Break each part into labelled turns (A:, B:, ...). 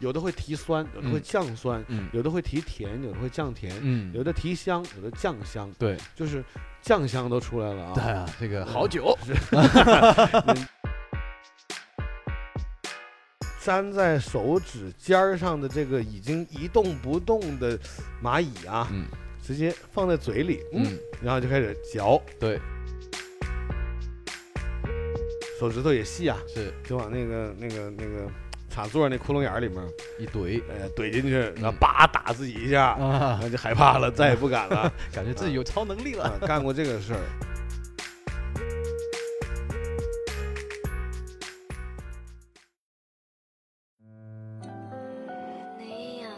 A: 有的会提酸，有的会
B: 嗯
A: 降酸，
B: 嗯
A: 有的会提甜，有的会降甜，
B: 嗯，
A: 有的提香，有的降香，
B: 对
A: 就是酱香都出来了
B: 对
A: 啊。嗯
B: 啊，这个好酒，
A: 粘在手指尖儿上的这个已经一动不动的蚂蚁啊，
B: 嗯
A: 直接放在嘴里，
B: 嗯，
A: 然后就开始嚼，
B: 对，
A: 手指头也细啊，
B: 是
A: 就往那个那个那个插座那窟窿眼儿里面，
B: 一堆
A: 呃，怼进去，然后叭打自己一下，然
B: 嗯啊，
A: 后就害怕了，再也不 敢了。
B: 感觉自己有超能力了。
A: 啊干过这个事儿。
C: 你呀、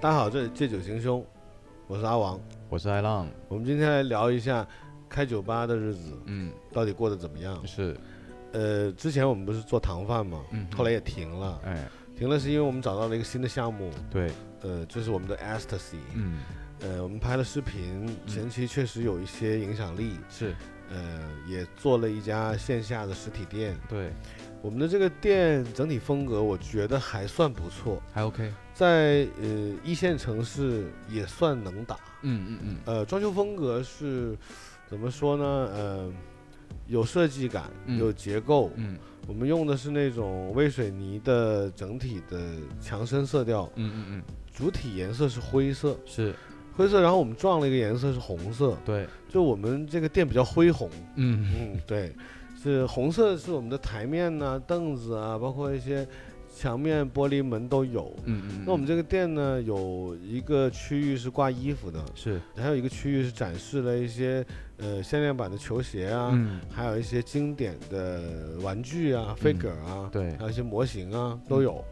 A: 大家好，这里借酒行凶，我是阿王。
B: 我是艾浪，
A: 我们今天来聊一下开酒吧的日子
B: 嗯，
A: 到底过得怎么样。
B: 是，
A: 呃，之前我们不是做糖饭嘛，
B: 嗯
A: 后来也停了。
B: 哎，
A: 停了是因为我们找到了一个新的项目，
B: 对，
A: 呃，就是我们的 Ecstasy。
B: 嗯，
A: 呃，我们拍了视频，前期确实有一些影响力。
B: 是
A: 呃，也做了一家线下的实体店。
B: 对，
A: 我们的这个店整体风格，我觉得还算不错，
B: 还 OK，
A: 在呃一线城市也算能打。
B: 嗯嗯嗯
A: 呃，装修风格是怎么说呢？呃，有设计感，
B: 嗯
A: 有结构。
B: 嗯
A: 我们用的是那种微水泥的整体的墙身色调，
B: 嗯嗯嗯，
A: 主体颜色是灰色，
B: 是
A: 灰色。然后我们撞了一个颜色是红色，
B: 对，
A: 就我们这个店比较恢宏。
B: 嗯
A: 嗯，对，是红色是我们的台面呐、凳子啊，包括一些墙面、玻璃门都有。
B: 嗯嗯，
A: 那我们这个店呢，有一个区域是挂衣服的，
B: 是，
A: 还有一个区域是展示了一些呃限量版的球鞋啊，
B: 嗯，
A: 还有一些经典的玩具啊、figure 啊，
B: 对嗯
A: 还有一些模型啊都有。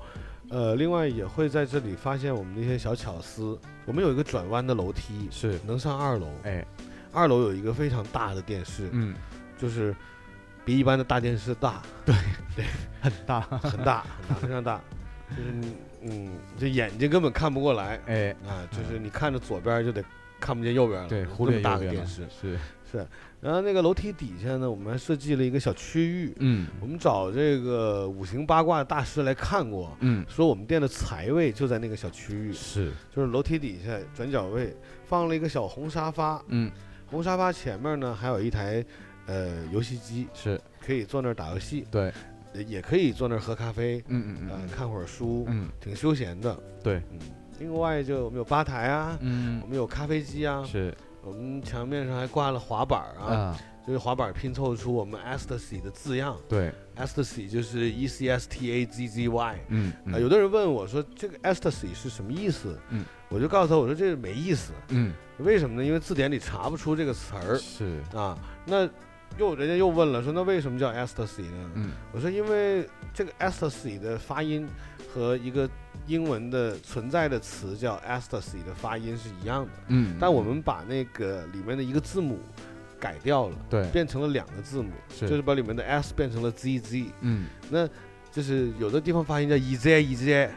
A: 呃，另外也会在这里发现我们的一些小巧思。我们有一个转弯的楼梯，
B: 是，
A: 能上二楼。
B: 哎，
A: 二楼有一个非常大的电视，
B: 嗯，
A: 就是比一般的大电视大，
B: 很大，
A: 很大，很大非常大，就是你嗯，这眼睛根本看不过来
B: 哎，
A: 啊，就是你看着左边就得看不见右边了，
B: 对，
A: 这么
B: 忽略
A: 大
B: 右
A: 个
B: 边
A: 电
B: 了
A: 视
B: 是，
A: 是。然后那个楼梯底下呢，我们还设计了一个小区域，
B: 嗯
A: 我们找这个五行八卦大师来看过。
B: 嗯，
A: 说我们店的财位就在那个小区域，
B: 是，
A: 就是楼梯底下转角位放了一个小红沙发，
B: 嗯
A: 红沙发前面呢还有一台呃游戏机，
B: 是，
A: 可以坐那儿打游戏，
B: 对，
A: 呃也可以坐那儿喝咖啡，
B: 嗯嗯
A: 呃，
B: 嗯
A: 看会儿书，
B: 嗯
A: 挺休闲的。
B: 对，
A: 嗯，另外就我们有吧台啊，我
B: 嗯
A: 们有咖啡机啊
B: 嗯，，是
A: 我们墙面上还挂了滑板儿啊，
B: 啊，
A: 就是滑板儿拼凑出我们 ecstasy 的字样
B: 对，
A: ，ecstasy 就是 E C S T A Z Z Y。
B: 嗯
A: 啊，有的人问我说这个 ecstasy 是什么意思？
B: 嗯，
A: 我就告诉他我说这没意思，
B: 嗯
A: 为什么呢？因为字典里查不出这个词儿
B: 是，
A: 啊。那又人家又问了说那为什么叫 ecstasy 呢？
B: 嗯
A: 我说，因为这个 ecstasy 的发音和一个英文的存在的词叫 ecstasy 的发音是一样的，
B: 嗯，
A: 但我们把那个里面的一个字母改掉了，
B: 对，
A: 变成了两个字母，
B: 是
A: 就是把里面的 s 变成了 zz，
B: 嗯
A: 就是有的地方发音叫 ez ez，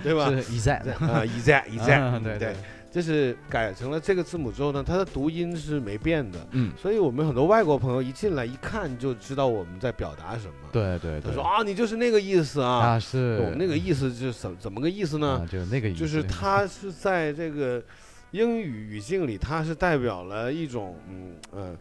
A: 对吧？
B: 是一在，
A: 啊，ez
B: 啊
A: ez，
B: 对
A: 对，，就是改成了这个字母之后呢，它的读音是没变的，
B: 嗯，
A: 所以我们很多外国朋友一进来一看就知道我们在表达什么。
B: 对对
A: 他
B: 对，
A: 说啊，你就是那个意思啊。
B: 啊是，
A: 我们那个意思就是怎怎么个意思呢？
B: 啊，就那个意思，
A: 就是它是在这个英语语境里，它是代表了一种嗯呃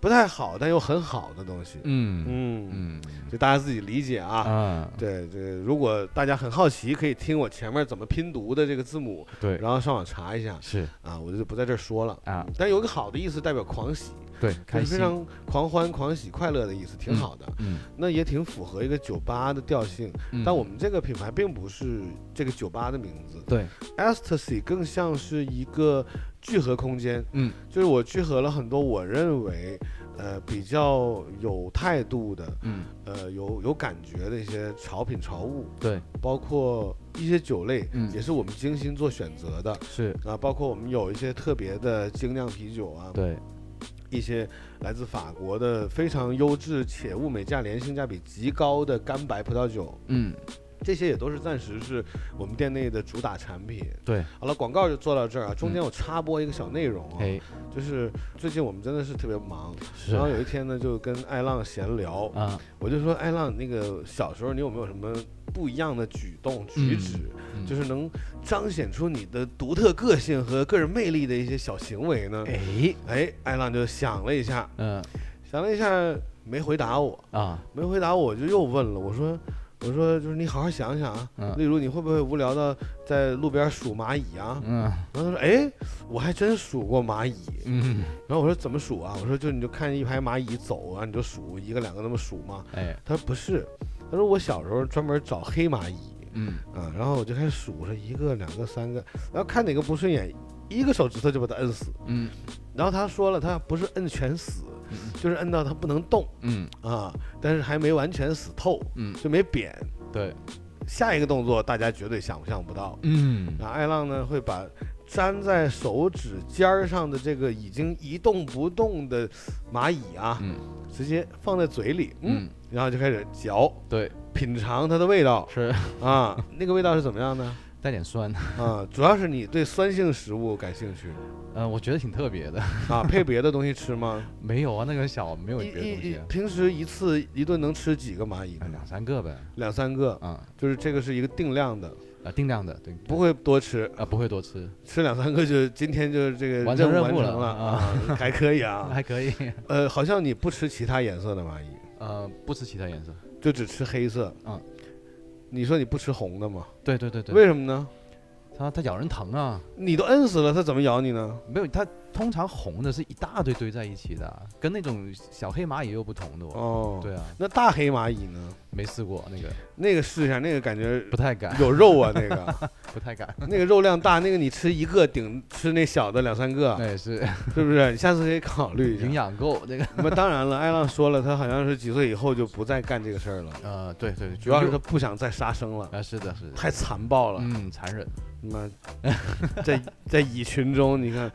A: 不太好但又很好的东西。
B: 嗯
A: 嗯，
B: 嗯
A: 就大家自己理解啊。
B: 啊，
A: 对对，如果大家很好奇，可以听我前面怎么拼读的这个字母，
B: 对，
A: 然后上网查一下
B: 是
A: 啊，我就不在这儿说了。
B: 啊，
A: 但有一个好的意思，代表狂喜，
B: 对，
A: 就
B: 开
A: 是非
B: 心，
A: 常狂欢、狂喜、快乐的意思，挺
B: 嗯
A: 好的。
B: 嗯，
A: 那也挺符合一个酒吧的调性。
B: 嗯
A: 但我们这个品牌并不是这个酒吧的名字
B: 对，
A: ，Ecstasy 更像是一个聚合空间，
B: 嗯
A: 就是我聚合了很多我认为，呃，比较有态度的，
B: 嗯
A: 呃，有有感觉的一些潮品潮物，
B: 对，
A: 包括一些酒类，
B: 嗯
A: 也是我们精心做选择的
B: 是，
A: 啊，包括我们有一些特别的精酿啤酒啊，
B: 对，
A: 一些来自法国的非常优质且物美价廉、性价比极高的干白葡萄酒。
B: 嗯
A: 这些也都是暂时是我们店内的主打产品。
B: 对，
A: 好了，广告就做到这儿啊。中间我插播一个小内容啊，
B: 嗯哎，
A: 就是最近我们真的是特别忙，
B: 是
A: 然后有一天呢就跟艾浪闲聊，
B: 啊，
A: 我就说艾浪，那个小时候你有没有什么不一样的举动举止，
B: 嗯
A: 就是能彰显出你的独特个性和个人魅力的一些小行为呢？
B: 哎，
A: 哎，艾浪就想了一下，
B: 嗯
A: 想了一下没回答我，
B: 啊，
A: 没回答我就又问了，我说。我说，就是你好好想想啊，
B: 嗯
A: 例如你会不会无聊到在路边数蚂蚁啊？
B: 嗯
A: 然后他说，哎，我还真数过蚂蚁。
B: 嗯，
A: 然后我说怎么数啊？我说就你就看一排蚂蚁走啊，你就数一个两个那么数嘛。
B: 哎，
A: 他说不是，他说我小时候专门找黑蚂蚁
B: 嗯，
A: 啊，然后我就开始数，我说一个、两个、三个，然后看哪个不顺眼，一个手指头就把它摁死。
B: 嗯
A: 然后他说了，他不是摁全死，
B: 嗯
A: 就是摁到它不能动
B: 嗯
A: 啊，但是还没完全死透，
B: 嗯，
A: 就没扁。
B: 对，
A: 下一个动作大家绝对想象不到。
B: 嗯
A: 啊，艾浪呢会把粘在手指尖儿上的这个已经一动不动的蚂蚁啊，
B: 嗯
A: 直接放在嘴里，嗯，
B: 嗯，
A: 然后就开始嚼。
B: 对，
A: 品尝它的味道
B: 是
A: 啊，那个味道是怎么样呢？
B: 带点酸，
A: 啊，主要是你对酸性食物感兴趣
B: 嗯，我觉得挺特别的。
A: 啊，配别的东西吃吗？
B: 没有啊，那个小没有
A: 一
B: 别的东
A: 一
B: 西啊
A: 一，，平时一次一顿能吃几个蚂蚁呢
B: 呃？两三个呗，
A: 两三个，
B: 啊，
A: 就是这个是一个定量的，
B: 呃，定量的，对，
A: 不会多吃，
B: 啊，不会多吃，
A: 吃两三个就今天就是这个
B: 完成
A: 任
B: 任务
A: 完
B: 了
A: 成了
B: 啊
A: 啊，还可以啊。
B: 还可以，
A: 呃，好像你不吃其他颜色的蚂蚁，
B: 呃，不吃其他颜色，
A: 就只吃黑色。
B: 嗯，
A: 你说你不吃红的吗？
B: 对对对对，
A: 为什么呢？
B: 它它咬人疼啊，
A: 你都摁死了，它怎么咬你呢？
B: 没有，它通常红的是一大堆堆在一起的，啊跟那种小黑蚂蚁又不同的哦，
A: 哦，
B: 对啊，
A: 那大黑蚂蚁呢？
B: 没试过那个，
A: 那个试一下，那个感觉
B: 不 太敢，
A: 有肉啊，那个
B: 不太敢，
A: 那个肉量大，那个你吃一个顶吃那小的两三个，
B: 那也是
A: 是不是？你下次可以考虑一
B: 营
A: 下。
B: 养够那个，
A: 那当然了，艾浪说了，他好像是几岁以后就不再干这个事儿了，
B: 呃，对 对，
A: 啊主要是
B: 就
A: 他不想再杀生了，
B: 啊，是的是的，
A: 太残暴了。
B: 嗯，残忍，
A: 那在在蚁群中，你看，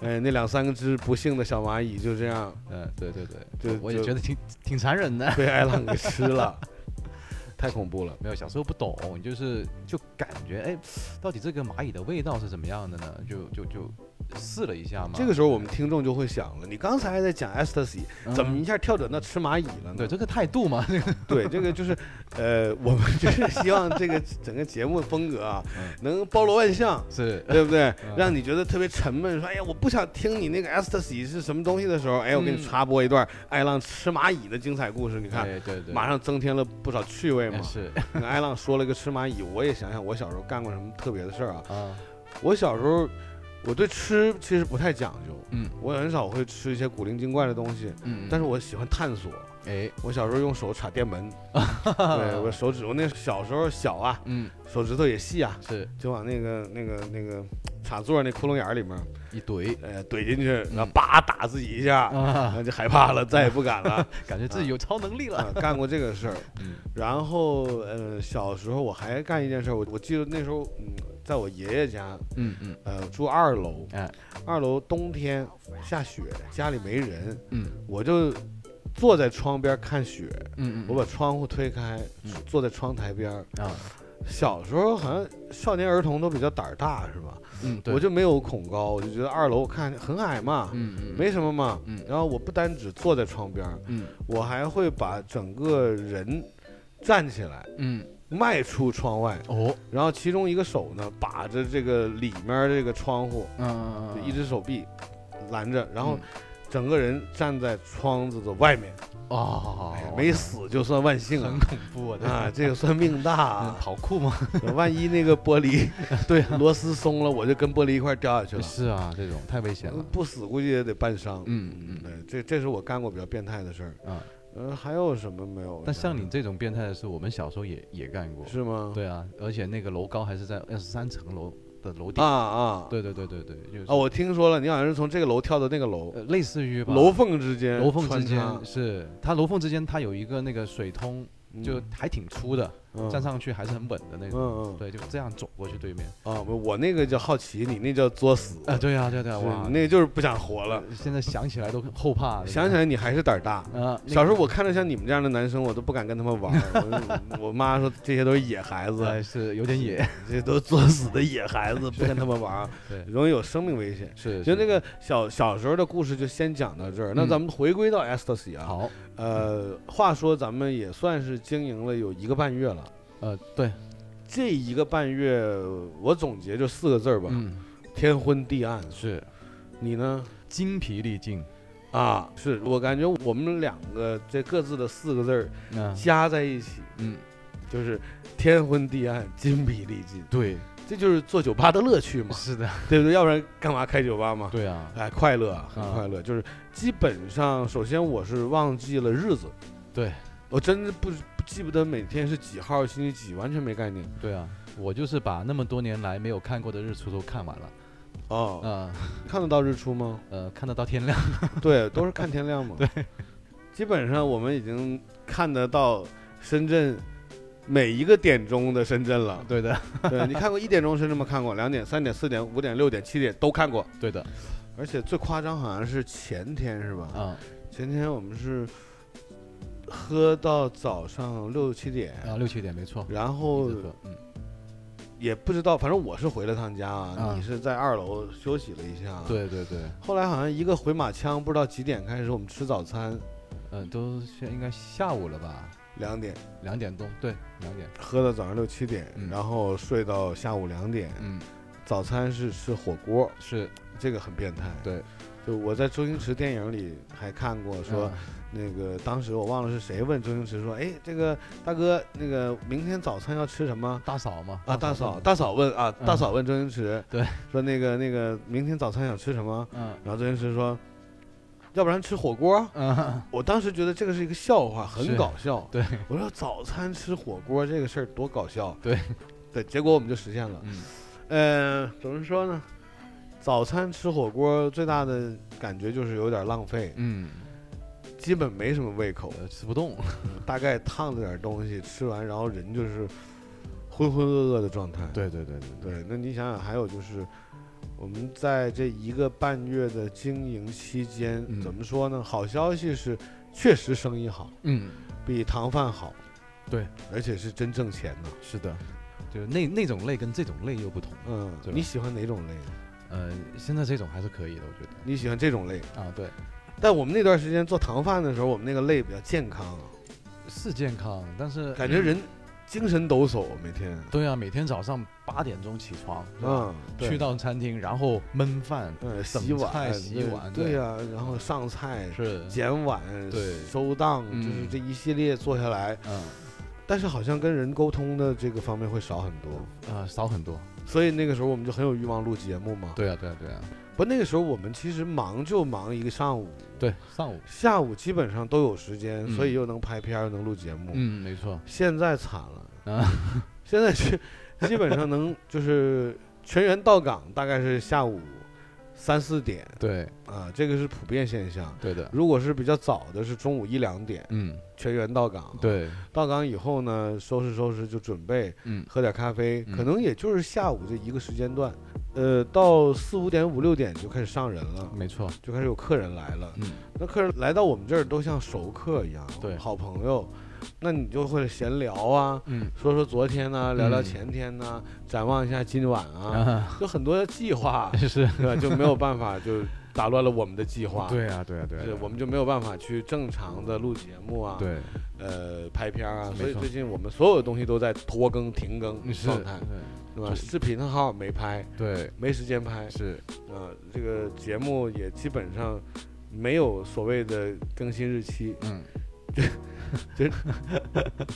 A: 哎，那两三个只不幸的小蚂蚁就这样
B: 嗯，对对对，
A: 就
B: 我也
A: 就
B: 觉得挺挺残忍的。
A: 被艾浪给吃了，太恐怖了。
B: 没有，小时候不懂，就是就感觉哎，到底这个蚂蚁的味道是怎么样的呢？就就就试了一下嘛。
A: 这个时候我们听众就会想了，你刚才还在讲 ecstasy，
B: 嗯
A: 怎么一下跳转到吃蚂蚁了呢？
B: 对这个态度嘛？这 个
A: 对，这个就是，呃，我们就是 希望这个整个节目风格啊，
B: 嗯
A: 能包罗万象，
B: 是
A: 对不对？
B: 嗯
A: 让你觉得特别沉闷，说哎呀，我不想听你那个 ecstasy 是什么东西的时候，哎，我给你
B: 嗯
A: 插播一段艾浪吃蚂蚁的精彩故事，你看。
B: 对对对，
A: 马上增添了不少趣味嘛
B: 哎。是
A: 你看艾浪说了个吃蚂蚁，我也想想我小时候干过什么特别的事儿啊。
B: 啊，
A: 我小时候，我对吃其实不太讲究，
B: 嗯
A: 我很少会吃一些古灵精怪的东西，
B: 嗯，
A: 但是我喜欢探索。
B: 是哎，
A: 我小时候用手插电 门，对我手指，我那小时候小啊，
B: 嗯
A: 手指头也细啊，
B: 是
A: 就往那个那个那个插座那窟窿眼儿里面，
B: 一 堆
A: 呃，怼进去，然后叭打自己一下，然
B: 嗯啊，
A: 后就害怕了，再也不敢了。
B: 感觉自己有超能力了。
A: 啊干过这个事儿，
B: 嗯
A: 然后呃，小时候我还干一件事儿，我我记得那时候嗯，在我爷爷家，
B: 嗯嗯
A: 呃，住二楼，
B: 哎
A: 二楼冬天下雪，家里没人，
B: 嗯
A: 我就坐在窗边看雪，
B: 嗯嗯，
A: 我把窗户推开，
B: 嗯
A: 坐在窗台边儿。
B: 啊
A: 小时候好像少年儿童都比较胆儿大是吧？
B: 嗯，对
A: 我就没有恐高，我就觉得二楼我看很矮嘛，
B: 嗯嗯
A: 没什么嘛。
B: 嗯
A: 然后我不单只坐在窗边儿，
B: 嗯
A: 我还会把整个人站起来，
B: 嗯
A: 迈出窗外。
B: 哦
A: 然后其中一个手呢把着这个里面儿这个窗户，
B: 嗯嗯
A: 就
B: 嗯
A: 一只手臂拦着，然后
B: 嗯
A: 整个人站在窗子的外面，
B: 哦
A: 哎呀，没死就算万幸
B: 很
A: 了。
B: 恐怖啊，对
A: 啊，这个算命大
B: 嗯
A: 啊！
B: 跑 酷吗？
A: 万一那个玻 璃对
B: 啊
A: 螺丝松了，我就跟玻璃一块儿掉下去了。
B: 是啊，这种太危险了。
A: 不死估计也得半伤。
B: 嗯嗯嗯
A: 对，这这是我干过比较变态的事儿。
B: 啊。
A: 嗯，还有什么没有？
B: 但像你这种变态的事，我们小时候也也干过。
A: 是吗？
B: 对啊，而且那个楼高还是在二十三层楼的楼顶。
A: 啊啊
B: 对对对对对，就是、
A: 啊！我听说了，你好像是从这个楼跳到那个楼，
B: 呃类似于吧
A: 楼缝之间，
B: 楼缝之
A: 穿插
B: 间是它楼缝之间它有一个那个水通，就
A: 嗯
B: 还挺粗的，
A: 嗯
B: 站上去还是很稳的那
A: 嗯
B: 种。
A: 嗯
B: 对，就这样走过去对面。
A: 啊，不我那个叫好奇，你那叫作死，
B: 啊，对呀、对呀、对呀、
A: 嗯是
B: 哇，
A: 你那个就是不想活了。
B: 现在想起来都后怕。
A: 想起来你还是胆儿大。
B: 啊，
A: 小时候我看着像你们这样的男生，我都不敢跟他们玩儿。我我妈说这些都是野孩
B: 候
A: 子，
B: 哎是有点野，
A: 这都作死的野孩子，不跟他们玩儿，
B: 对，
A: 容易有生命危险。
B: 是
A: 就那
B: 个
A: 个小小时候的故事就先讲到这儿，那
B: 嗯
A: 咱们回归到 ecstasy 啊，
B: 好，
A: 呃，话说咱们也算是经营了有一个半月了，
B: 呃，对，
A: 这一个半月我总结就四个字儿吧，
B: 嗯，
A: 天昏地暗。
B: 是
A: 你呢？
B: 精疲力尽。
A: 啊，是我感觉我们两个这各自的四个字儿
B: 嗯
A: 加在一起，
B: 嗯，
A: 就是天昏地暗、筋疲力尽，
B: 对，
A: 这就是做酒吧的乐趣嘛，
B: 是的，
A: 对不对？要不然干嘛开酒吧嘛？
B: 对啊，
A: 哎，快乐啊，很快乐，就是基本上，首先我是忘记了日子，
B: 对
A: 我真的不不记不得每天是几号、星期几，完全没概念。
B: 对啊，我就是把那么多年来没有看过的日出都看完了。
A: 哦，
B: 嗯
A: 看得到日出 吗？
B: 呃，看得到天亮。。
A: 对，都是看天亮嘛。对，基本上我们已经看得到深圳每一个点钟的深圳了
B: 对的，
A: 对，你看过一点钟深圳吗？看过，两点、三点、四点、五点、六点、七点都看过。
B: 对的，
A: 而且最夸张好像是前天是吧？
B: 啊
A: 前天我们是喝到早上六七点，
B: 啊，六七点没错。
A: 然后
B: 一直喝嗯，
A: 也不知道，反正我是回了趟家
B: 啊
A: 啊，你是在二楼休息了一下。。
B: 对对对，
A: 后来好像一个回马枪，不知道几点开始我们吃早餐，
B: 嗯，都现应该下午了吧？
A: 两点
B: 两点钟，对，两点。
A: 喝到早上六七点，
B: 嗯
A: 然后睡到下午两点。
B: 嗯，
A: 早餐是吃火锅，
B: 是
A: 这个很变态。
B: 对，
A: 就我在周星驰电影里还看过说，
B: 嗯
A: 那个当时我忘了是谁问周星驰说：“哎，这个大哥，那个明天早餐要吃什么
B: 大嫂嘛？”
A: 啊，大嫂，，大嫂问啊，
B: 嗯
A: 大嫂问周星驰，
B: 对，
A: 说那个那个明天早餐想吃什么？
B: 嗯
A: 然后周星驰说：“要不然吃火锅。
B: 嗯，”
A: 我当时觉得这个是一个笑话，很
B: 是
A: 搞笑。
B: 对，
A: 我说早餐吃火锅这个事儿多搞笑。
B: 对，
A: 对，结果我们就实现了。
B: 嗯
A: 呃，怎么说呢？早餐吃火锅最大的感觉就是有点浪费，
B: 嗯，
A: 基本没什么胃口，
B: 呃，吃不动。
A: 大概烫着点东西，吃完然后人就是浑浑噩噩的状态。
B: 对对对对
A: 对，那你想想，还有就是我们在这一个半月的经营期间，
B: 嗯
A: 怎么说呢？好消息是，确实生意好，
B: 嗯，
A: 比糖贩好。
B: 对，
A: 而且是真挣钱呢。
B: 是的，就是那那种累跟这种累又不同。
A: 嗯，
B: 对吧
A: 你喜欢哪种类呢？
B: 呃，现在这种还是可以的，我觉
A: 你喜欢这种类？
B: 得。啊，对，
A: 但我们那段时间做糖饭的时候，我们那个类比较健康，啊
B: 是健康，但是
A: 感觉人精神抖擞，每天。
B: 对啊，每天早上八点钟起床，是
A: 嗯，
B: 吧
A: 对
B: 去到餐厅，然后焖饭，
A: 嗯
B: 等
A: 洗
B: 菜
A: 碗
B: 洗碗
A: 对
B: 对
A: 呀，然后上菜、
B: 是，
A: 捡碗、
B: 对
A: 收档，
B: 嗯
A: 就是这一系列做下来，
B: 嗯，
A: 但是好像跟人沟通的这个方面会少很多。
B: 呃，少很多。
A: 所以那个时候我们就很有欲望录节目嘛。
B: 对啊，对啊，对啊，
A: 不，那个时候我们其实忙就忙一个上午，
B: 对，上午，
A: 下午基本上都有时间，
B: 嗯
A: 所以又能拍片儿又能录节目。
B: 嗯，没错，
A: 现在惨了
B: 啊！
A: 现在是基本上能就是全员到岗，大概是下午三四点
B: 对，
A: 啊，这个是普遍现象。
B: 对的，
A: 如果是比较早的，是中午一两点
B: 嗯，
A: 全员到岗。，
B: 对，
A: 到岗以后呢，收拾收拾就准备
B: 嗯，
A: 喝点咖啡，
B: 嗯
A: 可能也就是下午这一个时间段，呃，到四五点五六点就开始上人了，
B: 没错，
A: 就开始有客人来了。
B: 嗯，
A: 那客人来到我们这儿都像熟客一样，
B: 对
A: 好朋友，那你就会闲聊啊，
B: 嗯，
A: 说说昨天呢、聊聊
B: 嗯
A: 前天呢、展望一下今晚啊，
B: 啊，，
A: 就很多的计划
B: 啊是，
A: 对吧？就没有办法就打乱了我们的计划，，
B: 对啊，对啊，对啊，
A: 是我们就没有办法去正常的录节目啊，，
B: 对，
A: 呃，拍片儿啊，
B: 没
A: 所以
B: 错
A: 最近我们所有东西都在拖更停更
B: 是
A: 状态，对吧？
B: 就
A: 视频好像没拍，
B: 对，
A: 没时间拍
B: 对，，是，
A: 啊、这个节目也基本上没有所谓的更新日 期，
B: 嗯，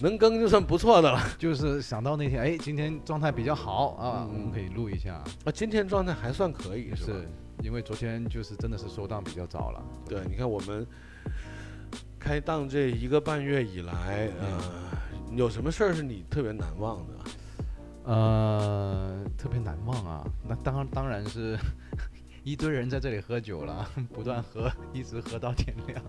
A: 能更就算不错的了。
B: 就是想到那天，哎，今天状态比较好啊，
A: 嗯
B: 我们可以录一下，
A: 啊，今天状态还算可以，吧
B: 是因为昨天就是真的是收档比较早了，
A: 对，你看我们开档这一个半月以来，呃，有什么事儿是你特别难忘的？
B: 呃，特别难忘啊，那当当然 是一堆人在这里喝酒了，不断喝，一直喝到天亮。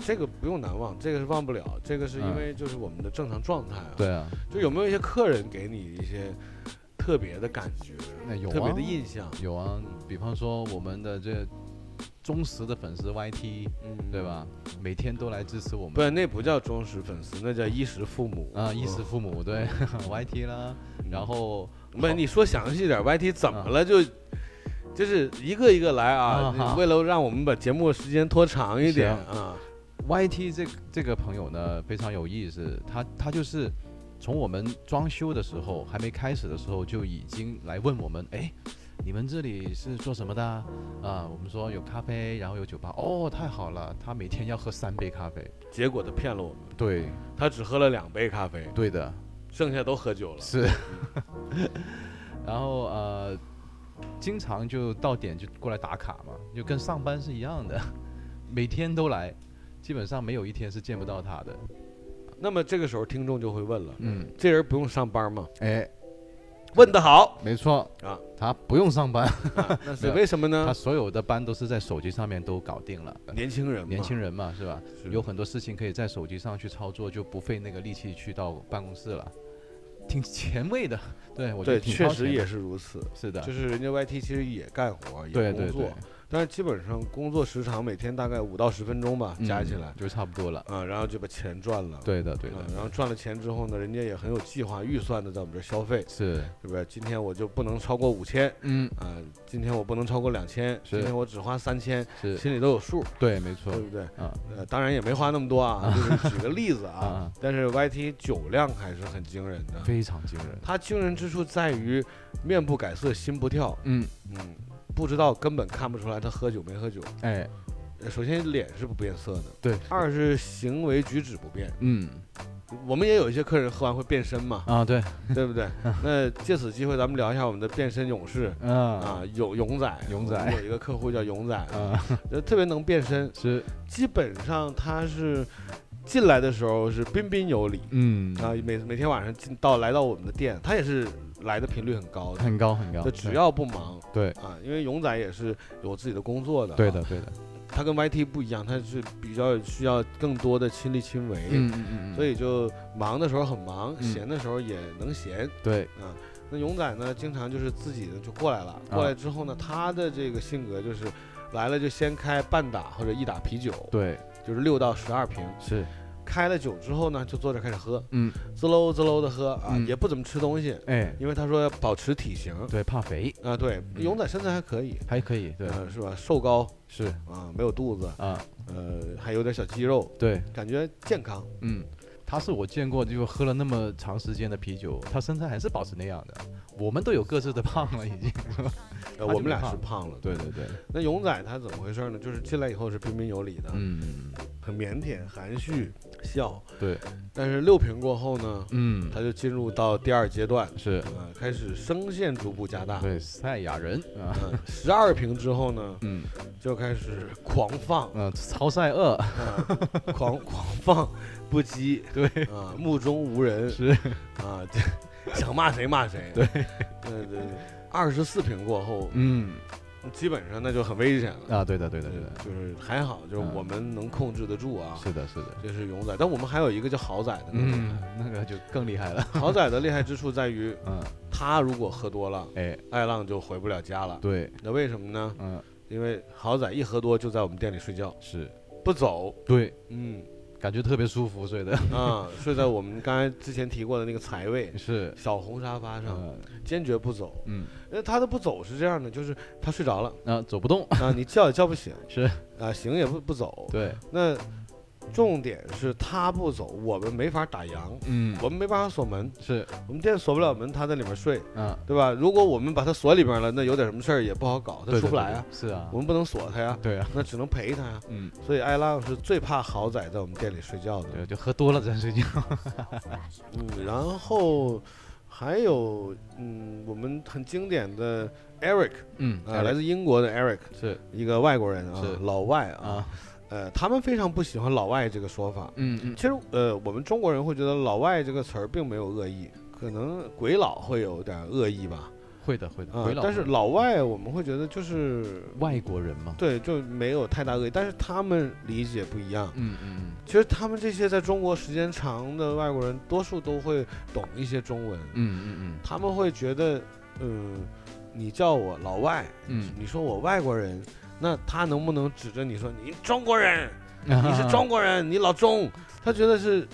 A: 这个不用难忘，这个是忘不了，这个是因为就是我们的正常状态啊。
B: 嗯对啊，
A: 就有没有一些客人给你一些特别的感觉，
B: 那有
A: 特别
B: 啊
A: 的印象，
B: 有啊，比方说我们的这忠实的粉丝 YT，
A: 嗯，
B: 对？吧？每天都来支持我们
A: 不，那不叫忠实粉丝，那叫衣食父母
B: 啊，衣食父母对 YT 啦，
A: 嗯
B: 然后
A: 不，
B: 好
A: 你说详细点，YT 怎么了就？就是一个一个来啊，
B: 啊好
A: 为了让我们把节目时间拖长一点啊，
B: YT 这这个朋友呢非常有意思，他他就是从我们装修的时候还没开始的时候就已经来问我们，哎，你们这里是做什么的啊？啊我们说有咖啡，然后有酒吧，哦，太好了，他每天要喝三杯咖啡，
A: 结果他骗了我们，
B: 对
A: 他只喝了两杯咖啡，
B: 对的，
A: 剩下都喝酒了。
B: 是，然后呃，经常就到点就过来打卡嘛，就跟上班是一样的，每天都来，基本上没有一天是见不到他的，
A: 那么这个时候听众就会问了，
B: 嗯，
A: 这人不用上班吗？
B: 哎。
A: 问得好
B: 没错
A: 啊，
B: 他不用上班，
A: 啊， 那是
B: 没有
A: 为什么
B: 他
A: 呢？
B: 所有的班都是在手机上面都搞定了。
A: 年轻人嘛，
B: 年轻人嘛，是吧？
A: 嗯是
B: 有很多事情可以在手机上去操作，就不费那个力气去到办公室了，挺前卫的。 对，我觉
A: 对，
B: 得挺
A: 确
B: 超
A: 实
B: 前
A: 也
B: 的
A: 是如此。
B: 是的，
A: 就是人家 YT 其实也干活，也
B: 对
A: 工
B: 对
A: 作
B: 对，，
A: 但是基本上工作时长每天大概五到十分钟吧，
B: 嗯
A: 加起来
B: 就差不多了。
A: 啊，然后就把钱赚了。
B: 对的，对的
A: 啊，，然后赚了钱之后呢，人家也很有计划、预算的在我们这儿消费，
B: 是，
A: 是不是？今天我就不能超过五千
B: 嗯，
A: 啊，今天我不能超过两千，
B: 是
A: 今天我只花三千，
B: 是
A: 心里都有数，
B: 对，没错
A: 对，不对？
B: 啊，
A: 呃，当然也没花那么多 啊，就是举个例子
B: 啊
A: 啊
B: 啊。
A: 但是 YT 酒量还是很惊人的，
B: 非常惊人。
A: 他惊人之处在于面不改色心不跳，
B: 嗯，
A: 嗯，不知道根本看不出来他喝酒没喝酒。
B: 哎，
A: 呃首先脸是不变色的，
B: 对，
A: 二是行为举止不变。
B: 嗯，
A: 我们也有一些客人喝完会变身嘛，
B: 啊，对，
A: 对不 对？那借此机会，咱们聊一下我们的变身勇士
B: 啊，
A: 啊，勇勇仔，
B: 勇仔
A: 我有一个客户叫勇仔，
B: 啊，
A: 呃，特别能变身，
B: 是，
A: 基本上他是进来的时候是彬彬有礼
B: 嗯，
A: 啊，每每天晚上进到来到我们的店，他也是来的频率很高的，
B: 很高很高
A: 就，只要不忙
B: 对，
A: 啊，因为勇仔也是有自己的工作的，啊
B: 对的，，对的，
A: 他跟 YT 不一样，他是比较需要更多的亲力亲为，
B: 嗯嗯嗯，
A: 所
B: 以
A: 以就忙的时候很忙，
B: 嗯
A: 闲的时候也能闲。
B: 对，
A: 那勇仔呢，经常就是自己呢就过来了，
B: 啊
A: 过来之后呢，他的这个性格就是来了就先开半打或者一打啤酒，
B: 对，
A: 就是六到十二瓶。
B: 是，
A: 开了酒之后呢，就坐着开始喝，
B: 嗯，
A: 滋喽滋喽的喝啊，
B: 嗯
A: 也不怎么吃东西，
B: 哎，
A: 因为他说要保持体型
B: 对，怕肥
A: 啊。对，
B: 嗯
A: 勇仔身材还可以，
B: 还可以，对，
A: 呃，是吧？瘦高
B: 是
A: 啊，没有肚子，
B: 啊，
A: 呃，还有点小肌肉，
B: 对，
A: 感觉健康。
B: 嗯，他是我见过就喝了那么长时间的啤酒，他身材还是保持那样的。我们都有各自的胖了，已经。
A: 呃，
B: 他就
A: 我们
B: 没
A: 俩
B: 胖
A: 是胖了，
B: 对对对，
A: 那勇仔他怎么回事呢？就是进来以后是彬彬有礼的，
B: 嗯，
A: 很腼腆、含蓄、笑。
B: 对，
A: 但是六瓶过后呢，
B: 嗯，
A: 他就进入到第二阶段，
B: 是，
A: 啊，开始声线逐步加大。呃
B: 对，赛亚人啊，
A: 十二瓶之后呢，
B: 嗯，
A: 就开始狂放
B: 嗯，超赛二，
A: 啊，狂狂放不羁，
B: 对，
A: 啊，目中无人，
B: 是
A: 啊， 这想骂谁骂谁，呃
B: 对，
A: 对对。二十四瓶过后，
B: 嗯
A: 基本上那就很危险了。
B: 啊，对的对的对的，
A: 就是还好，就是
B: 嗯
A: 我们能控制得住啊。
B: 是的是的，
A: 这是勇仔，但我们还有一个叫豪仔的。
B: 嗯，那个就更厉害了，
A: 豪仔的厉害之处在于，
B: 嗯，
A: 他如果喝多了，
B: 哎，
A: 爱浪就回不了家了。
B: 对，
A: 那为什么呢？
B: 嗯
A: 因为豪仔一喝多就在我们店里睡觉，
B: 是，
A: 不走。
B: 对，
A: 嗯
B: 感觉特别舒服睡的，
A: 啊，睡在我们刚才之前提过的那个财位
B: 是，
A: 小红沙发上，
B: 嗯
A: 坚决不走。
B: 嗯，
A: 那他的不走是这样的，就是他睡 着了
B: 啊，走不动，
A: 啊，你叫也叫不醒，
B: 是
A: 啊，醒也不不走。
B: 对，
A: 那重点是他不走，我们没法打烊，
B: 嗯，
A: 我们没办法锁门，
B: 是，
A: 我们店锁不了门，他在里面睡，
B: 嗯，
A: 对吧？如果我们把他锁里边了，那有点什么事儿也不好搞，他
B: 对
A: 出
B: 对
A: 不来
B: 对
A: 啊，
B: 是啊
A: 我，们不能锁他呀，
B: 对啊，
A: 那只能陪他呀。
B: 嗯，
A: 所以艾浪是最怕豪仔在我们店里睡觉的。
B: 对，就喝多了在睡 觉。
A: 嗯，然后还有嗯，我们很经典的 Eric
B: 嗯
A: 啊、来自英国的 Eric，
B: 是
A: 一个外国人啊
B: 是，
A: 老外啊，
B: 啊，
A: 呃，他们非常不喜欢老外这个说法。
B: 嗯嗯，
A: 其实，呃，我们中国人会觉得“老外”这个词儿并没有恶意，可能鬼佬会有点恶意吧。
B: 会的，会的，
A: 啊
B: 回老。
A: 但是
B: 会
A: 老外我们会觉得就是
B: 外国人嘛，
A: 对，就没有太大恶意，但是他们理解不一样。
B: 嗯嗯嗯
A: 其实他们这些在中国时间长的外国人，多数都会懂一些中文，
B: 嗯嗯
A: 他们会觉得，嗯，你叫我老外，
B: 嗯
A: 你说我外国人，那他能不能指着你说你中国 人，
B: 嗯，
A: 你是中国人，你老中？他觉得是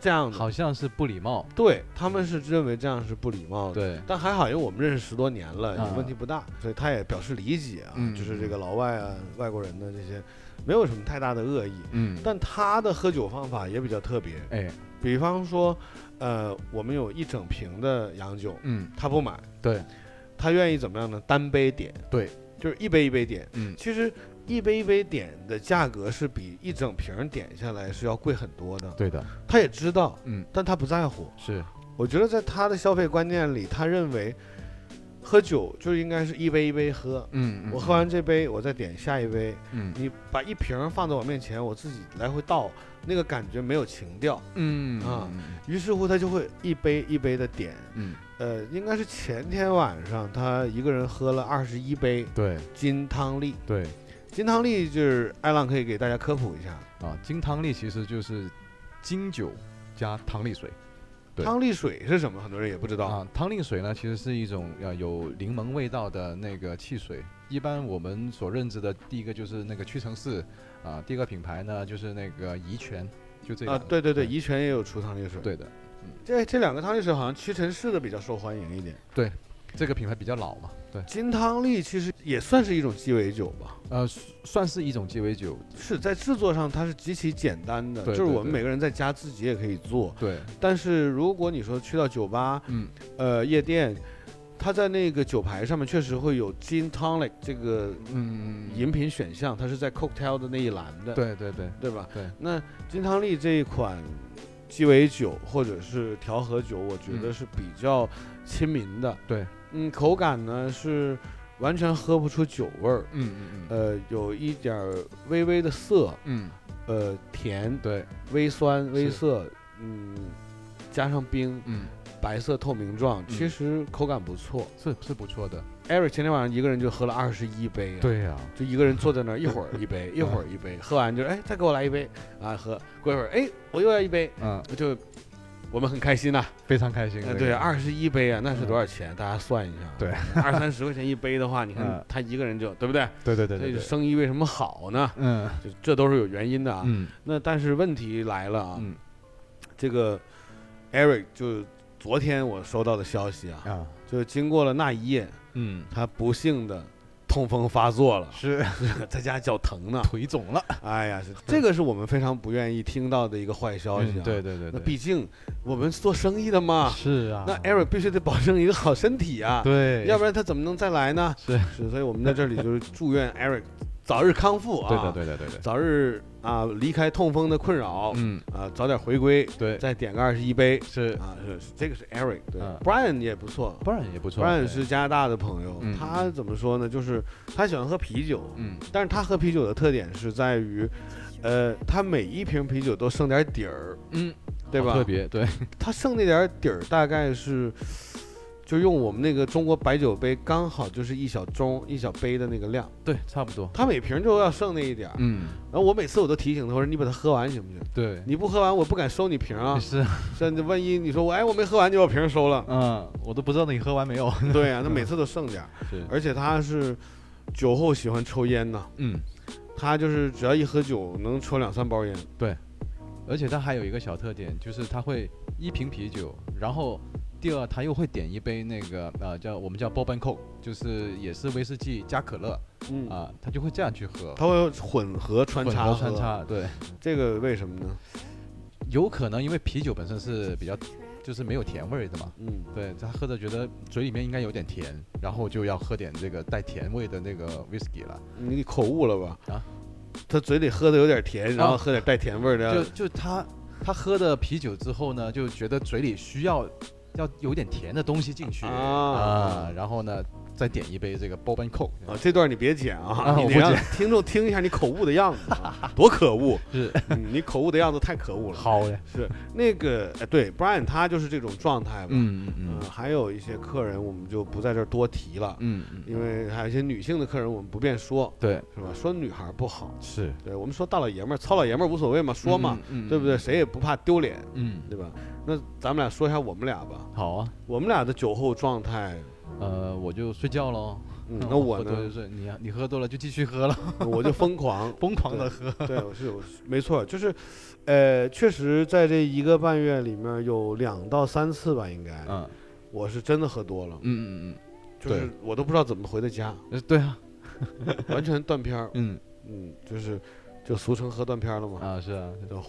A: 这样的，
B: 好像是不礼貌，
A: 对他们是认为这样是不礼貌的。
B: 嗯对，
A: 但还好，因为我们认识十多年了，
B: 啊
A: 问题不大，所以他也表示理解啊，
B: 嗯
A: 就是这个老外啊、外国人的这些，没有什么太大的恶意。
B: 嗯，
A: 但他的喝酒方法也比较特别，
B: 哎，
A: 比方说，呃，我们有一整瓶的洋酒，
B: 嗯，
A: 他不买，
B: 对，
A: 他愿意怎么样呢？单杯点，
B: 对，
A: 就是一杯一杯点。
B: 嗯
A: 其实一杯一杯点的价格是比一整瓶点下来是要贵很多的，
B: 对的，
A: 他也知道，
B: 嗯，
A: 但他不在乎。
B: 是，
A: 我觉得在他的消费观念里，他认为喝酒就应该是一杯一杯喝。
B: 嗯，
A: 我喝完这杯，我再点下一杯。
B: 嗯，
A: 你把一瓶放在我面前，我自己来回倒，那个感觉没有情调。
B: 嗯嗯
A: 啊于是乎，他就会一杯一杯的点。
B: 嗯，
A: 呃，应该是前天晚上，他一个人喝了二十一杯
B: 对
A: 金汤力。
B: 对
A: 金汤力就是艾浪，可以给大家科普一下，
B: 啊，金汤力其实就是金酒加汤力水对
A: 汤力水是什么？很多人也不知道。
B: 啊，汤力水呢其实是一种呃有柠檬味道的那个汽水，一般我们所认知的第一个就是那个屈臣氏啊，第二个品牌呢就是那个怡泉，就这
A: 啊，
B: 两个
A: 对对对，怡泉也有出汤力水。
B: 对的，
A: 这这两个汤力水好像屈臣氏的比较受欢迎一点，
B: 这个品牌比较老嘛，对，
A: 金汤力其实也算是一种鸡尾酒吧，
B: 呃，算是一种鸡尾酒，
A: 是在制作上它是极其简单的，
B: 对
A: 就是
B: 对
A: 我们
B: 对
A: 每个人在家自己也可以做。
B: 对，
A: 但是如果你说去到酒吧、
B: 嗯
A: 呃夜店，它在那个酒牌上面确实会有金 tonic 这个
B: 嗯，
A: 饮品选项，它是在 cocktail 的那一栏的，
B: 对对对，
A: 对吧？
B: 对，
A: 那金汤力这一款鸡尾酒或者是调和酒，我觉得
B: 嗯
A: 是比较亲民的。
B: 对，
A: 嗯，口感呢是完全喝不出酒味儿，
B: 嗯嗯嗯，
A: 呃，有一点儿微微的涩，
B: 嗯，
A: 呃，甜，
B: 对，
A: 微酸、微
B: 是
A: 涩，嗯，加上冰，
B: 嗯，
A: 白色透明状，其
B: 嗯
A: 实口感不错。
B: 是是不错的，
A: Eric 前天晚上一个人就喝了二十一杯、啊，，
B: 对呀、
A: 就一个人坐在那儿，一会儿一 杯，一会儿一杯，喝完就哎，再给我来一杯啊，喝，过一会儿哎，我又要一杯，
B: 嗯，
A: 就我们很开心呐、
B: 非常开心，
A: 呃，
B: 这
A: 对，
B: 个
A: 二十一杯啊，那是多少钱？大家算一下啊，
B: 对
A: 二三十块钱一杯的话，你看
B: 嗯
A: 他一个人就，对不对？
B: 对对对
A: 所
B: 对
A: 以
B: 对，
A: 生意为什么好呢？
B: 嗯
A: 就这都是有原因的啊。
B: 嗯
A: 那但是问题来了啊，
B: 嗯
A: 这个 Eric 就昨天我收到的消息啊，
B: 啊
A: 就经过了那一夜，
B: 嗯，
A: 他不幸的痛风发作了，
B: 是啊
A: 在家脚疼呢。
B: 腿肿了，
A: 哎呀，是这个是我们非常不愿意听到的一个坏消息啊。
B: 嗯对对对
A: 那
B: 对，
A: 毕竟我们做生意的嘛，
B: 是啊，
A: 那 Eric 必须得保证一个好身体啊，
B: 对，
A: 要不然他怎么能再来呢？
B: 是
A: 是，所以我们在这里就是祝愿 Eric 早日康复啊，
B: 对的对的对的，
A: 早日啊离开痛风的困扰，
B: 嗯，
A: 啊早点回归，
B: 对，
A: 再点个二十一杯
B: 是，
A: 啊，是是这个是 Eric，对
B: 嗯
A: ，Brian 也不错
B: 不然也不错
A: ，Brian
B: 对
A: 是加拿大的朋友
B: 嗯，
A: 他怎么说呢？就是他喜欢喝啤酒，
B: 嗯
A: 但是他喝啤酒的特点是在于，呃，他每一瓶啤酒都剩点底儿，
B: 嗯，
A: 对
B: 好
A: 吧
B: 特？别对，
A: 他剩那点底儿大概是，就用我们那个中国白酒杯刚好就是一小盅一小杯的那个量，
B: 对，差不多，
A: 他每瓶就要剩那一点儿。
B: 嗯，
A: 然后我每次我都提醒他，我说你把它喝完行不行？
B: 对，
A: 你不喝完我不敢收你瓶 啊，
B: 是，
A: 甚至万一你说我哎我没喝完就把瓶收 了，
B: 嗯，我都不知道你喝完没有，
A: 对呀、他每次都剩点儿，
B: 是，
A: 而且他是酒后喜欢抽烟呐，
B: 嗯。
A: 他就是只要一喝酒能抽两三包烟，
B: 而且它还有一个小特点，就是它会一瓶啤酒，然后第二它又会点一杯那个呃叫我们叫 bourbon coke，就是也是威士忌加可乐
A: 嗯，
B: 啊，它就会这样去喝，
A: 他会混合穿
B: 混
A: 插
B: 合
A: 喝
B: 穿，插，对，
A: 这个为什么呢？
B: 有可能因为啤酒本身是比较就是没有甜味的嘛。
A: 嗯，
B: 对他喝着觉得嘴里面应该有点甜，然后就要喝点这个带甜味的那个 whisky 了。
A: 你口误了吧？
B: 啊，
A: 他嘴里喝的有点甜，然后
B: 啊
A: 喝点带甜味儿的，
B: 就就他他喝的啤酒之后呢，就觉得嘴里需要要有点甜的东西进去
A: 啊
B: 然后呢，再点一杯这个 Bob and Coke，
A: 啊，这段你别剪
B: 啊
A: 啊，你
B: 我
A: 得
B: 不
A: 让
B: 剪
A: 听众听一下你口误的样子 啊，多可恶！
B: 是
A: 嗯你口误的样子太可恶了。
B: 好的，
A: 是那个，哎对，Brian 他就是这种状态嘛。
B: 嗯嗯
A: 呃还有一些客人我们就不在这儿多提了，
B: 嗯嗯嗯，
A: 因为还有一些女性的客人我们不便说，
B: 对，
A: 是吧？说女孩儿不好，
B: 是
A: 对我们说大老爷们儿、糙老爷们儿无所谓嘛，说嘛，，
B: 嗯
A: 对不？对？谁也不怕丢脸，
B: 嗯，
A: 对吧？那咱们俩说一下我们俩吧，
B: 好啊，
A: 我们俩的酒后状态，
B: 呃，我就睡觉喽。
A: 嗯，那我
B: 喝多
A: 呢
B: 就，睡，你啊你喝多了就继续喝了，
A: 我就疯狂，
B: 疯狂
A: 对
B: 的喝。
A: 对，我是我是没错，就是，呃，确实在这一个半月里面有两到三次吧，应该，
B: 嗯
A: 我是真的喝多了，
B: 嗯嗯
A: 就
B: 对
A: 是我都不知道怎么回的家，
B: 嗯呃，对啊，，
A: 完全断片儿
B: 嗯
A: 嗯，就是就俗称喝断片儿了嘛，
B: 啊是啊，
A: 就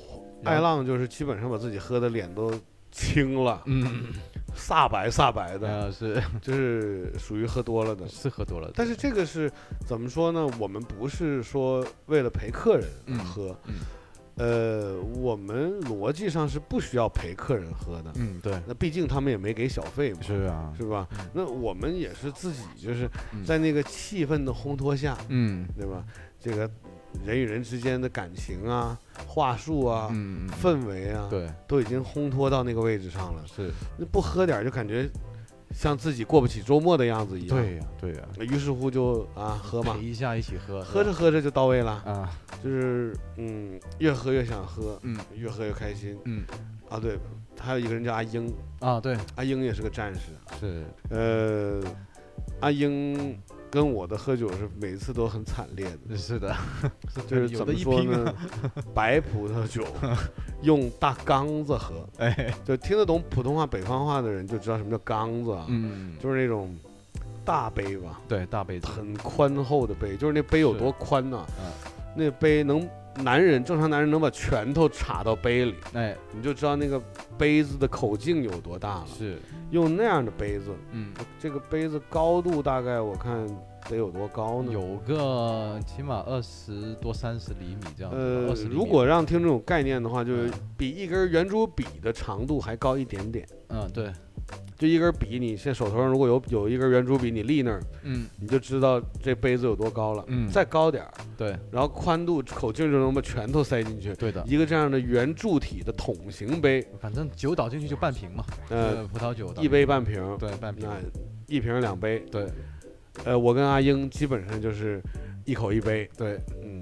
A: 爱浪就是基本上把自己喝的脸都青了，
B: 嗯
A: 煞白煞白的，
B: 啊是
A: 就是属于喝多了的。
B: 是喝多了，
A: 但是这个是怎么说呢？我们不是说为了陪客人
B: 嗯
A: 喝，
B: 嗯
A: 呃，我们逻辑上是不需要陪客人喝的。
B: 嗯对
A: 那毕竟他们也没给小费嘛，
B: 是啊
A: 是吧
B: 嗯？
A: 那我们也是自己就是
B: 嗯
A: 在那个气氛的烘托下，
B: 嗯
A: 对吧？这个人与人之间的感情啊、话术啊、
B: 嗯嗯
A: 氛围啊，
B: 对
A: 都已经烘托到那个位置上了。
B: 是
A: 那不喝点儿就感觉像自己过不起周末的样子一样。
B: 对呀对呀，
A: 于是乎就啊喝嘛
B: 陪，一下一起喝
A: 喝着喝着就到位了，
B: 啊
A: 就是嗯越喝越想喝，
B: 嗯
A: 越喝越开心
B: 嗯
A: 啊。对，还有一个人叫阿英，
B: 啊对
A: 阿英也是个战士。
B: 是
A: 呃，阿英跟我的喝酒是每次都很惨烈的，
B: 是 的，
A: 就是
B: 有
A: 怎
B: 的
A: 么
B: 一
A: 说
B: 拼啊
A: 呢， 白葡萄 酒用大缸子喝，
B: 哎
A: 就听得懂普通话北方话的人就知道什么叫缸子啊，
B: 嗯
A: 就是那种大杯吧，
B: 对大杯子
A: 很宽厚的杯，就是那杯有
B: 是
A: 多宽呐、
B: 嗯
A: 那杯能男人正常男人能把拳头插到杯里，
B: 哎
A: 你就知道那个杯子的口径有多大了。
B: 是
A: 用那样的杯子，
B: 嗯
A: 这个杯子高度大概我看得有多高呢？
B: 有个起码二十多三十厘米这样子吧，
A: 呃
B: 二十，
A: 如果让听众有概念的话，就是
B: 嗯
A: 比一根圆珠笔的长度还高一点点。
B: 嗯对
A: 就一根笔，你现在手头上如果有有一根圆珠笔，你立那儿，
B: 嗯
A: 你就知道这杯子有多高了。
B: 嗯
A: 再高点儿，
B: 对
A: 然后宽度口径就能把拳头塞进去。
B: 对的。
A: 一个这样的圆柱体的桶形杯，
B: 反正酒倒进去就半瓶嘛，
A: 呃，
B: 呃，葡萄酒倒
A: 一杯哎半瓶，
B: 对半瓶，
A: 那一瓶两杯。
B: 对
A: 呃，我跟阿英基本上就是一口一杯，
B: 对
A: 嗯，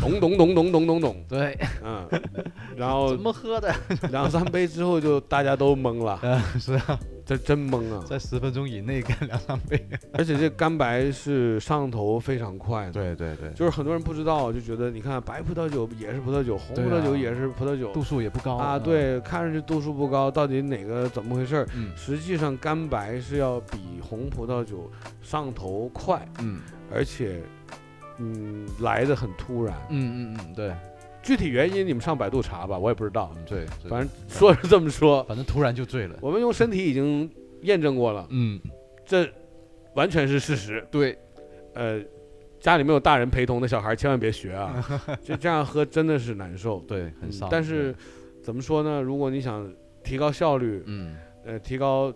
A: 咚咚咚咚咚咚咚，
B: 对，
A: 嗯，然后
B: 怎么喝的？
A: 两三杯之后就大家都懵了，
B: 呃， 是啊，
A: 这真懵啊！
B: 在十分钟以内干两三杯。
A: 而且这干白是上头非常快的，
B: 对对对，
A: 就是很多人不知道，就觉得你看白葡萄酒也是葡萄酒，红葡
B: 对啊
A: 萄酒也是葡萄酒
B: 度数也不高
A: 啊，，对，看上去度数不高，到底哪个怎么回事儿？
B: 嗯
A: 实际上，干白是要比红葡萄酒上头快，
B: 嗯
A: 而且，嗯，来的很突然。
B: 嗯嗯嗯，对
A: 具体原因你们上百度查吧，我也不知道。
B: 嗯对，
A: 反正说是这么说，
B: 反正突然就醉了。
A: 我们用身体已经验证过了，
B: 嗯，
A: 这完全是事实。
B: 对，
A: 呃，家里没有大人陪同的小孩千万别学啊，就这样喝真的是难受。
B: 对，很
A: 嗯
B: 伤。
A: 但是，怎么说呢？如果你想提高效率，
B: 嗯
A: 呃，提高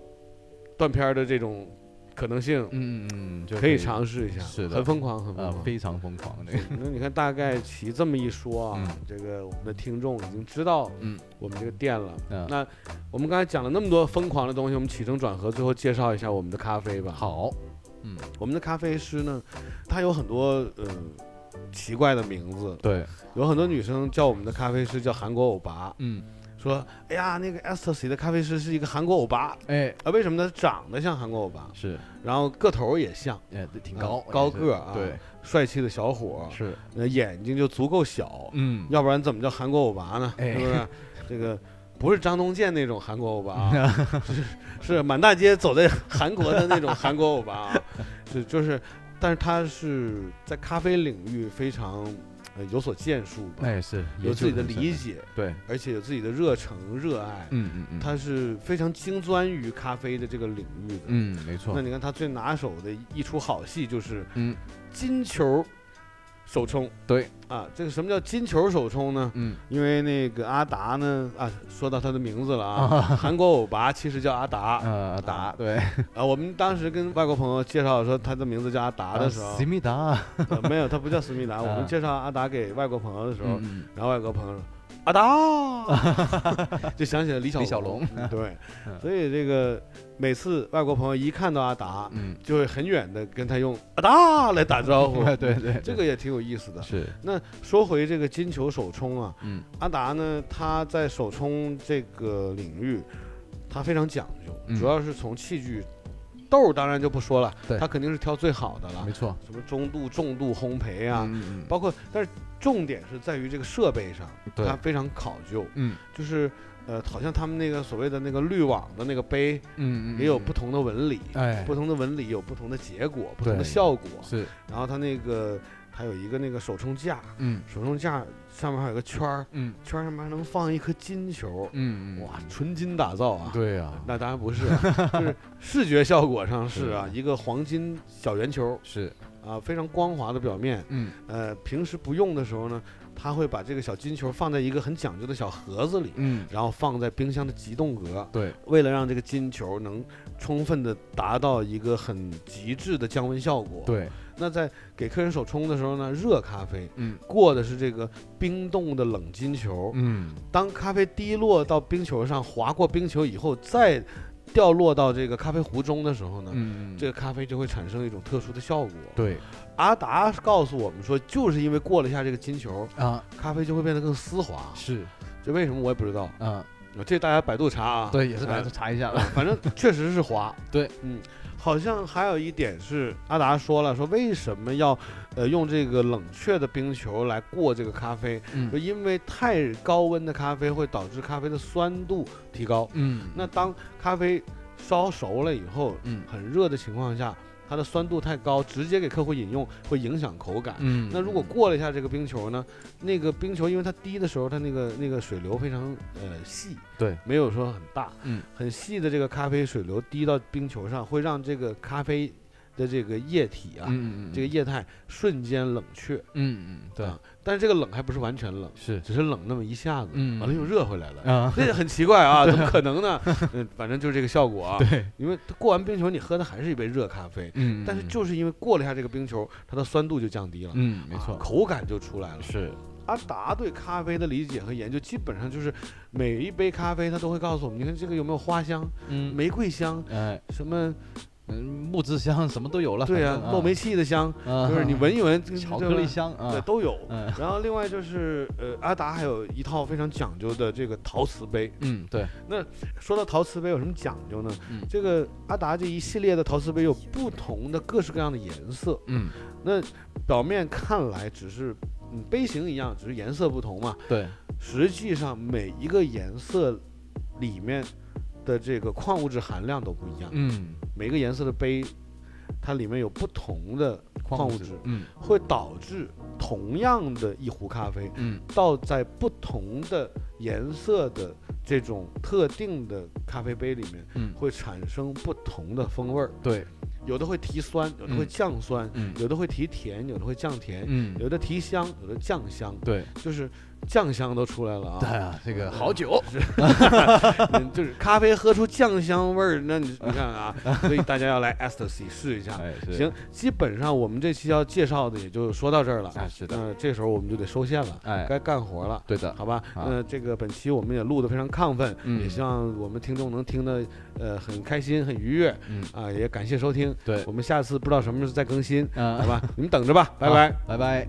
A: 断片儿的这种可能性，
B: 嗯嗯嗯，就
A: 可以尝试一下，
B: 是的
A: 很疯狂，很疯
B: 啊
A: 狂，。
B: 非常疯狂那个。
A: 那你看，大概齐这么一说啊，
B: 嗯
A: 这个我们的听众已经知道，
B: 嗯，
A: 我们这个店了。
B: 嗯
A: 那我们刚才讲了那么多疯狂的东西，我们起承转合，最后介绍一下我们的咖啡吧。，
B: 好，嗯，
A: 我们的咖啡师呢，他有很多呃奇怪的名字，
B: 对，
A: 有很多女生叫我们的咖啡师叫韩国欧巴，
B: 嗯，
A: 说，哎呀，那个 Ecstasy 的咖啡师是一个韩国欧巴
B: 哎，
A: 啊？为什么呢？长得像韩国欧巴，啊
B: 是，
A: 然后个头儿也像，
B: 哎，挺
A: 啊
B: 高，啊
A: 高
B: 也是
A: 个儿啊
B: 对，
A: 帅气的小伙儿，
B: 是，
A: 那眼睛就足够小，
B: 嗯，
A: 要不然怎么叫韩国欧巴呢？
B: 哎
A: 是不是？这个不是张东健那种韩国欧巴、啊， 是是满大街走在韩国的那种韩国欧巴、啊， 是就是，但是他是在咖啡领域非常、呃有所建树吧，
B: 哎，是，
A: 有
B: 也
A: 自己
B: 就
A: 的
B: 很深
A: 理，解，
B: 对，
A: 而且有自己的热诚热爱，
B: 嗯嗯嗯，
A: 他是非常精钻于咖啡的这个领域的。
B: 嗯，没错
A: 那，你看他最拿手的一出好戏就是
B: 嗯，
A: 金球手冲。
B: 对
A: 啊，这个什么叫金球手冲呢？
B: 嗯
A: 因为那个阿达呢，啊，说到他的名字了 啊，韩国欧巴其实叫阿达
B: 呃达对
A: 啊。我们当时跟外国朋友介绍说他的名字叫阿达的时候
B: 思，啊密达，啊
A: 呃没有，他不叫思 密达。我们介绍阿达给外国朋友的时候，
B: 嗯
A: 然后外国朋友说阿达， 就想起了李小
B: 李小龙
A: 嗯对，
B: 嗯
A: 所以这个每次外国朋友一看到阿达，
B: 嗯，
A: 就会很远的跟他用阿达来打招呼。
B: 对对，
A: 这个也挺有意思的。
B: 是
A: 那说回这个金球手冲啊，
B: 嗯
A: 阿达呢，他在手冲这个领域，他非常讲究，
B: 嗯
A: 主要是从器具，豆儿当然就不说了
B: 对，
A: 他肯定是挑最好的了
B: 没，错
A: 什么中度、重度烘焙啊，
B: 嗯嗯
A: 包括，但是重点是在于这个设备上，
B: 对
A: 他非常考究，
B: 嗯
A: 就是呃，好像他们那个所谓的那个滤网的那个杯
B: 嗯嗯
A: 也有不同的纹理，
B: 哎
A: 不同的纹理有不同的结果，不同的
B: 对
A: 效果，
B: 是
A: 然后它那个还有一个那个手冲架，
B: 嗯
A: 手冲架上面还有个圈儿。
B: 嗯
A: 圈儿上面还能放一颗金球，
B: 嗯
A: 哇，纯金打造啊！
B: 对啊
A: 那当然不 是啊，就是视觉效果上是啊，
B: 是
A: 一个黄金小圆球
B: 是
A: 啊，非常光滑的表面。
B: 嗯
A: 呃，平时不用的时候呢，他会把这个小金球放在一个很讲究的小盒子里，
B: 嗯
A: 然后放在冰箱的急冻格，
B: 对
A: 为了让这个金球能充分的达到一个很极致的降温效果。，
B: 对
A: 那在给客人手冲的时候呢，热咖啡
B: 嗯
A: 过的是这个冰冻的冷金球，
B: 嗯
A: 当咖啡滴落到冰球上，划过冰球以后，再掉落到这个咖啡壶中的时候呢，
B: 嗯
A: 这个咖啡就会产生一种特殊的效果。
B: 对
A: 阿达告诉我们说，就是因为过了一下这个金球，
B: 啊
A: 咖啡就会变得更丝滑。
B: 是
A: 这为什么我也不知道，
B: 啊
A: 这大家百度查啊。
B: 对也是
A: 哎
B: 来查一下
A: 啊， 反正确实是滑。
B: 对，
A: 嗯，好像还有一点是阿达说了，说为什么要呃用这个冷却的冰球来过这个咖啡，就
B: 嗯
A: 因为太高温的咖啡会导致咖啡的酸度提高。
B: 嗯
A: 那当咖啡烧熟了以后，
B: 嗯
A: 很热的情况下，它的酸度太高，直接给客户饮用会影响口感。
B: 嗯
A: 那如果过了一下这个冰球呢？那个冰球因为它滴的时候，它那个那个水流非常呃细，
B: 对，
A: 没有说很大，
B: 嗯，
A: 很细的这个咖啡水流滴到冰球上，会让这个咖啡的这个液体啊，
B: 嗯嗯
A: 这个液态瞬间冷却，
B: 嗯嗯对
A: 啊，但是这个冷还不是完全冷，
B: 是
A: 只是冷那么一下子，
B: 嗯
A: 完了又热回来了。
B: 啊
A: 这很奇怪 啊，怎么可能呢？嗯，反正就是这个效果啊。
B: 对
A: 因为它过完冰球，你喝的还是一杯热咖啡，
B: 嗯
A: 但是就是因为过了一下这个冰球，它的酸度就降低了，
B: 嗯没
A: 啊
B: 错
A: 口感就出来了。
B: 是
A: 阿达对咖啡的理解和研究，基本上就是每一杯咖啡，他都会告诉我们，你看这个有没有花香、
B: 嗯
A: 玫瑰香，
B: 哎
A: 什么
B: 嗯木质香什么都有了
A: 对
B: 呀
A: 啊，漏煤气的香，
B: 就
A: 就是你闻一闻，这
B: 啊巧克力，香
A: 这对
B: 啊
A: 都有。
B: 嗯
A: 然后另外就是，呃，阿达还有一套非常讲究的这个陶瓷杯。
B: 嗯对
A: 说到陶瓷杯有什么讲究呢？
B: 嗯
A: 这个阿达这一系列的陶瓷杯有不同的各式各样的颜色，
B: 嗯
A: 那表面看来只是嗯杯型一样，只是颜色不同嘛，
B: 对
A: 实际上每一个颜色里面的这个矿物质含量都不一样，
B: 嗯
A: 每个颜色的杯它里面有不同的矿物质，
B: 嗯
A: 会导致同样的一壶咖啡
B: 嗯
A: 倒在不同的颜色的这种特定的咖啡杯里面。
B: 嗯
A: 会产生不同的风味儿，
B: 对
A: 有的会提酸，有的会
B: 嗯
A: 降酸，
B: 嗯
A: 有的会提甜，有的会降甜，
B: 嗯
A: 有的提香，有的降香，
B: 对
A: 就是酱香都出来了
B: 对
A: 啊！
B: 啊这个好酒
A: 嗯 就是咖啡喝出酱香味儿，那你 你看啊，所以大家要来 ecstasy 试一下。
B: 哎是
A: 行，基本上我们这期要介绍的也就说到这儿了。
B: 啊是的
A: 那这时候我们就得收线了，
B: 哎
A: 该干活了。
B: 对的
A: 好吧，
B: 啊
A: 那这个本期我们也录得非常亢奋，
B: 嗯
A: 也希望我们听众能听得呃很开心、很愉悦
B: 嗯
A: 啊，也感谢收听，
B: 对
A: 我们下次不知道什么时候再更新，好
B: 嗯
A: 吧，你们等着吧，拜拜。
B: 拜拜。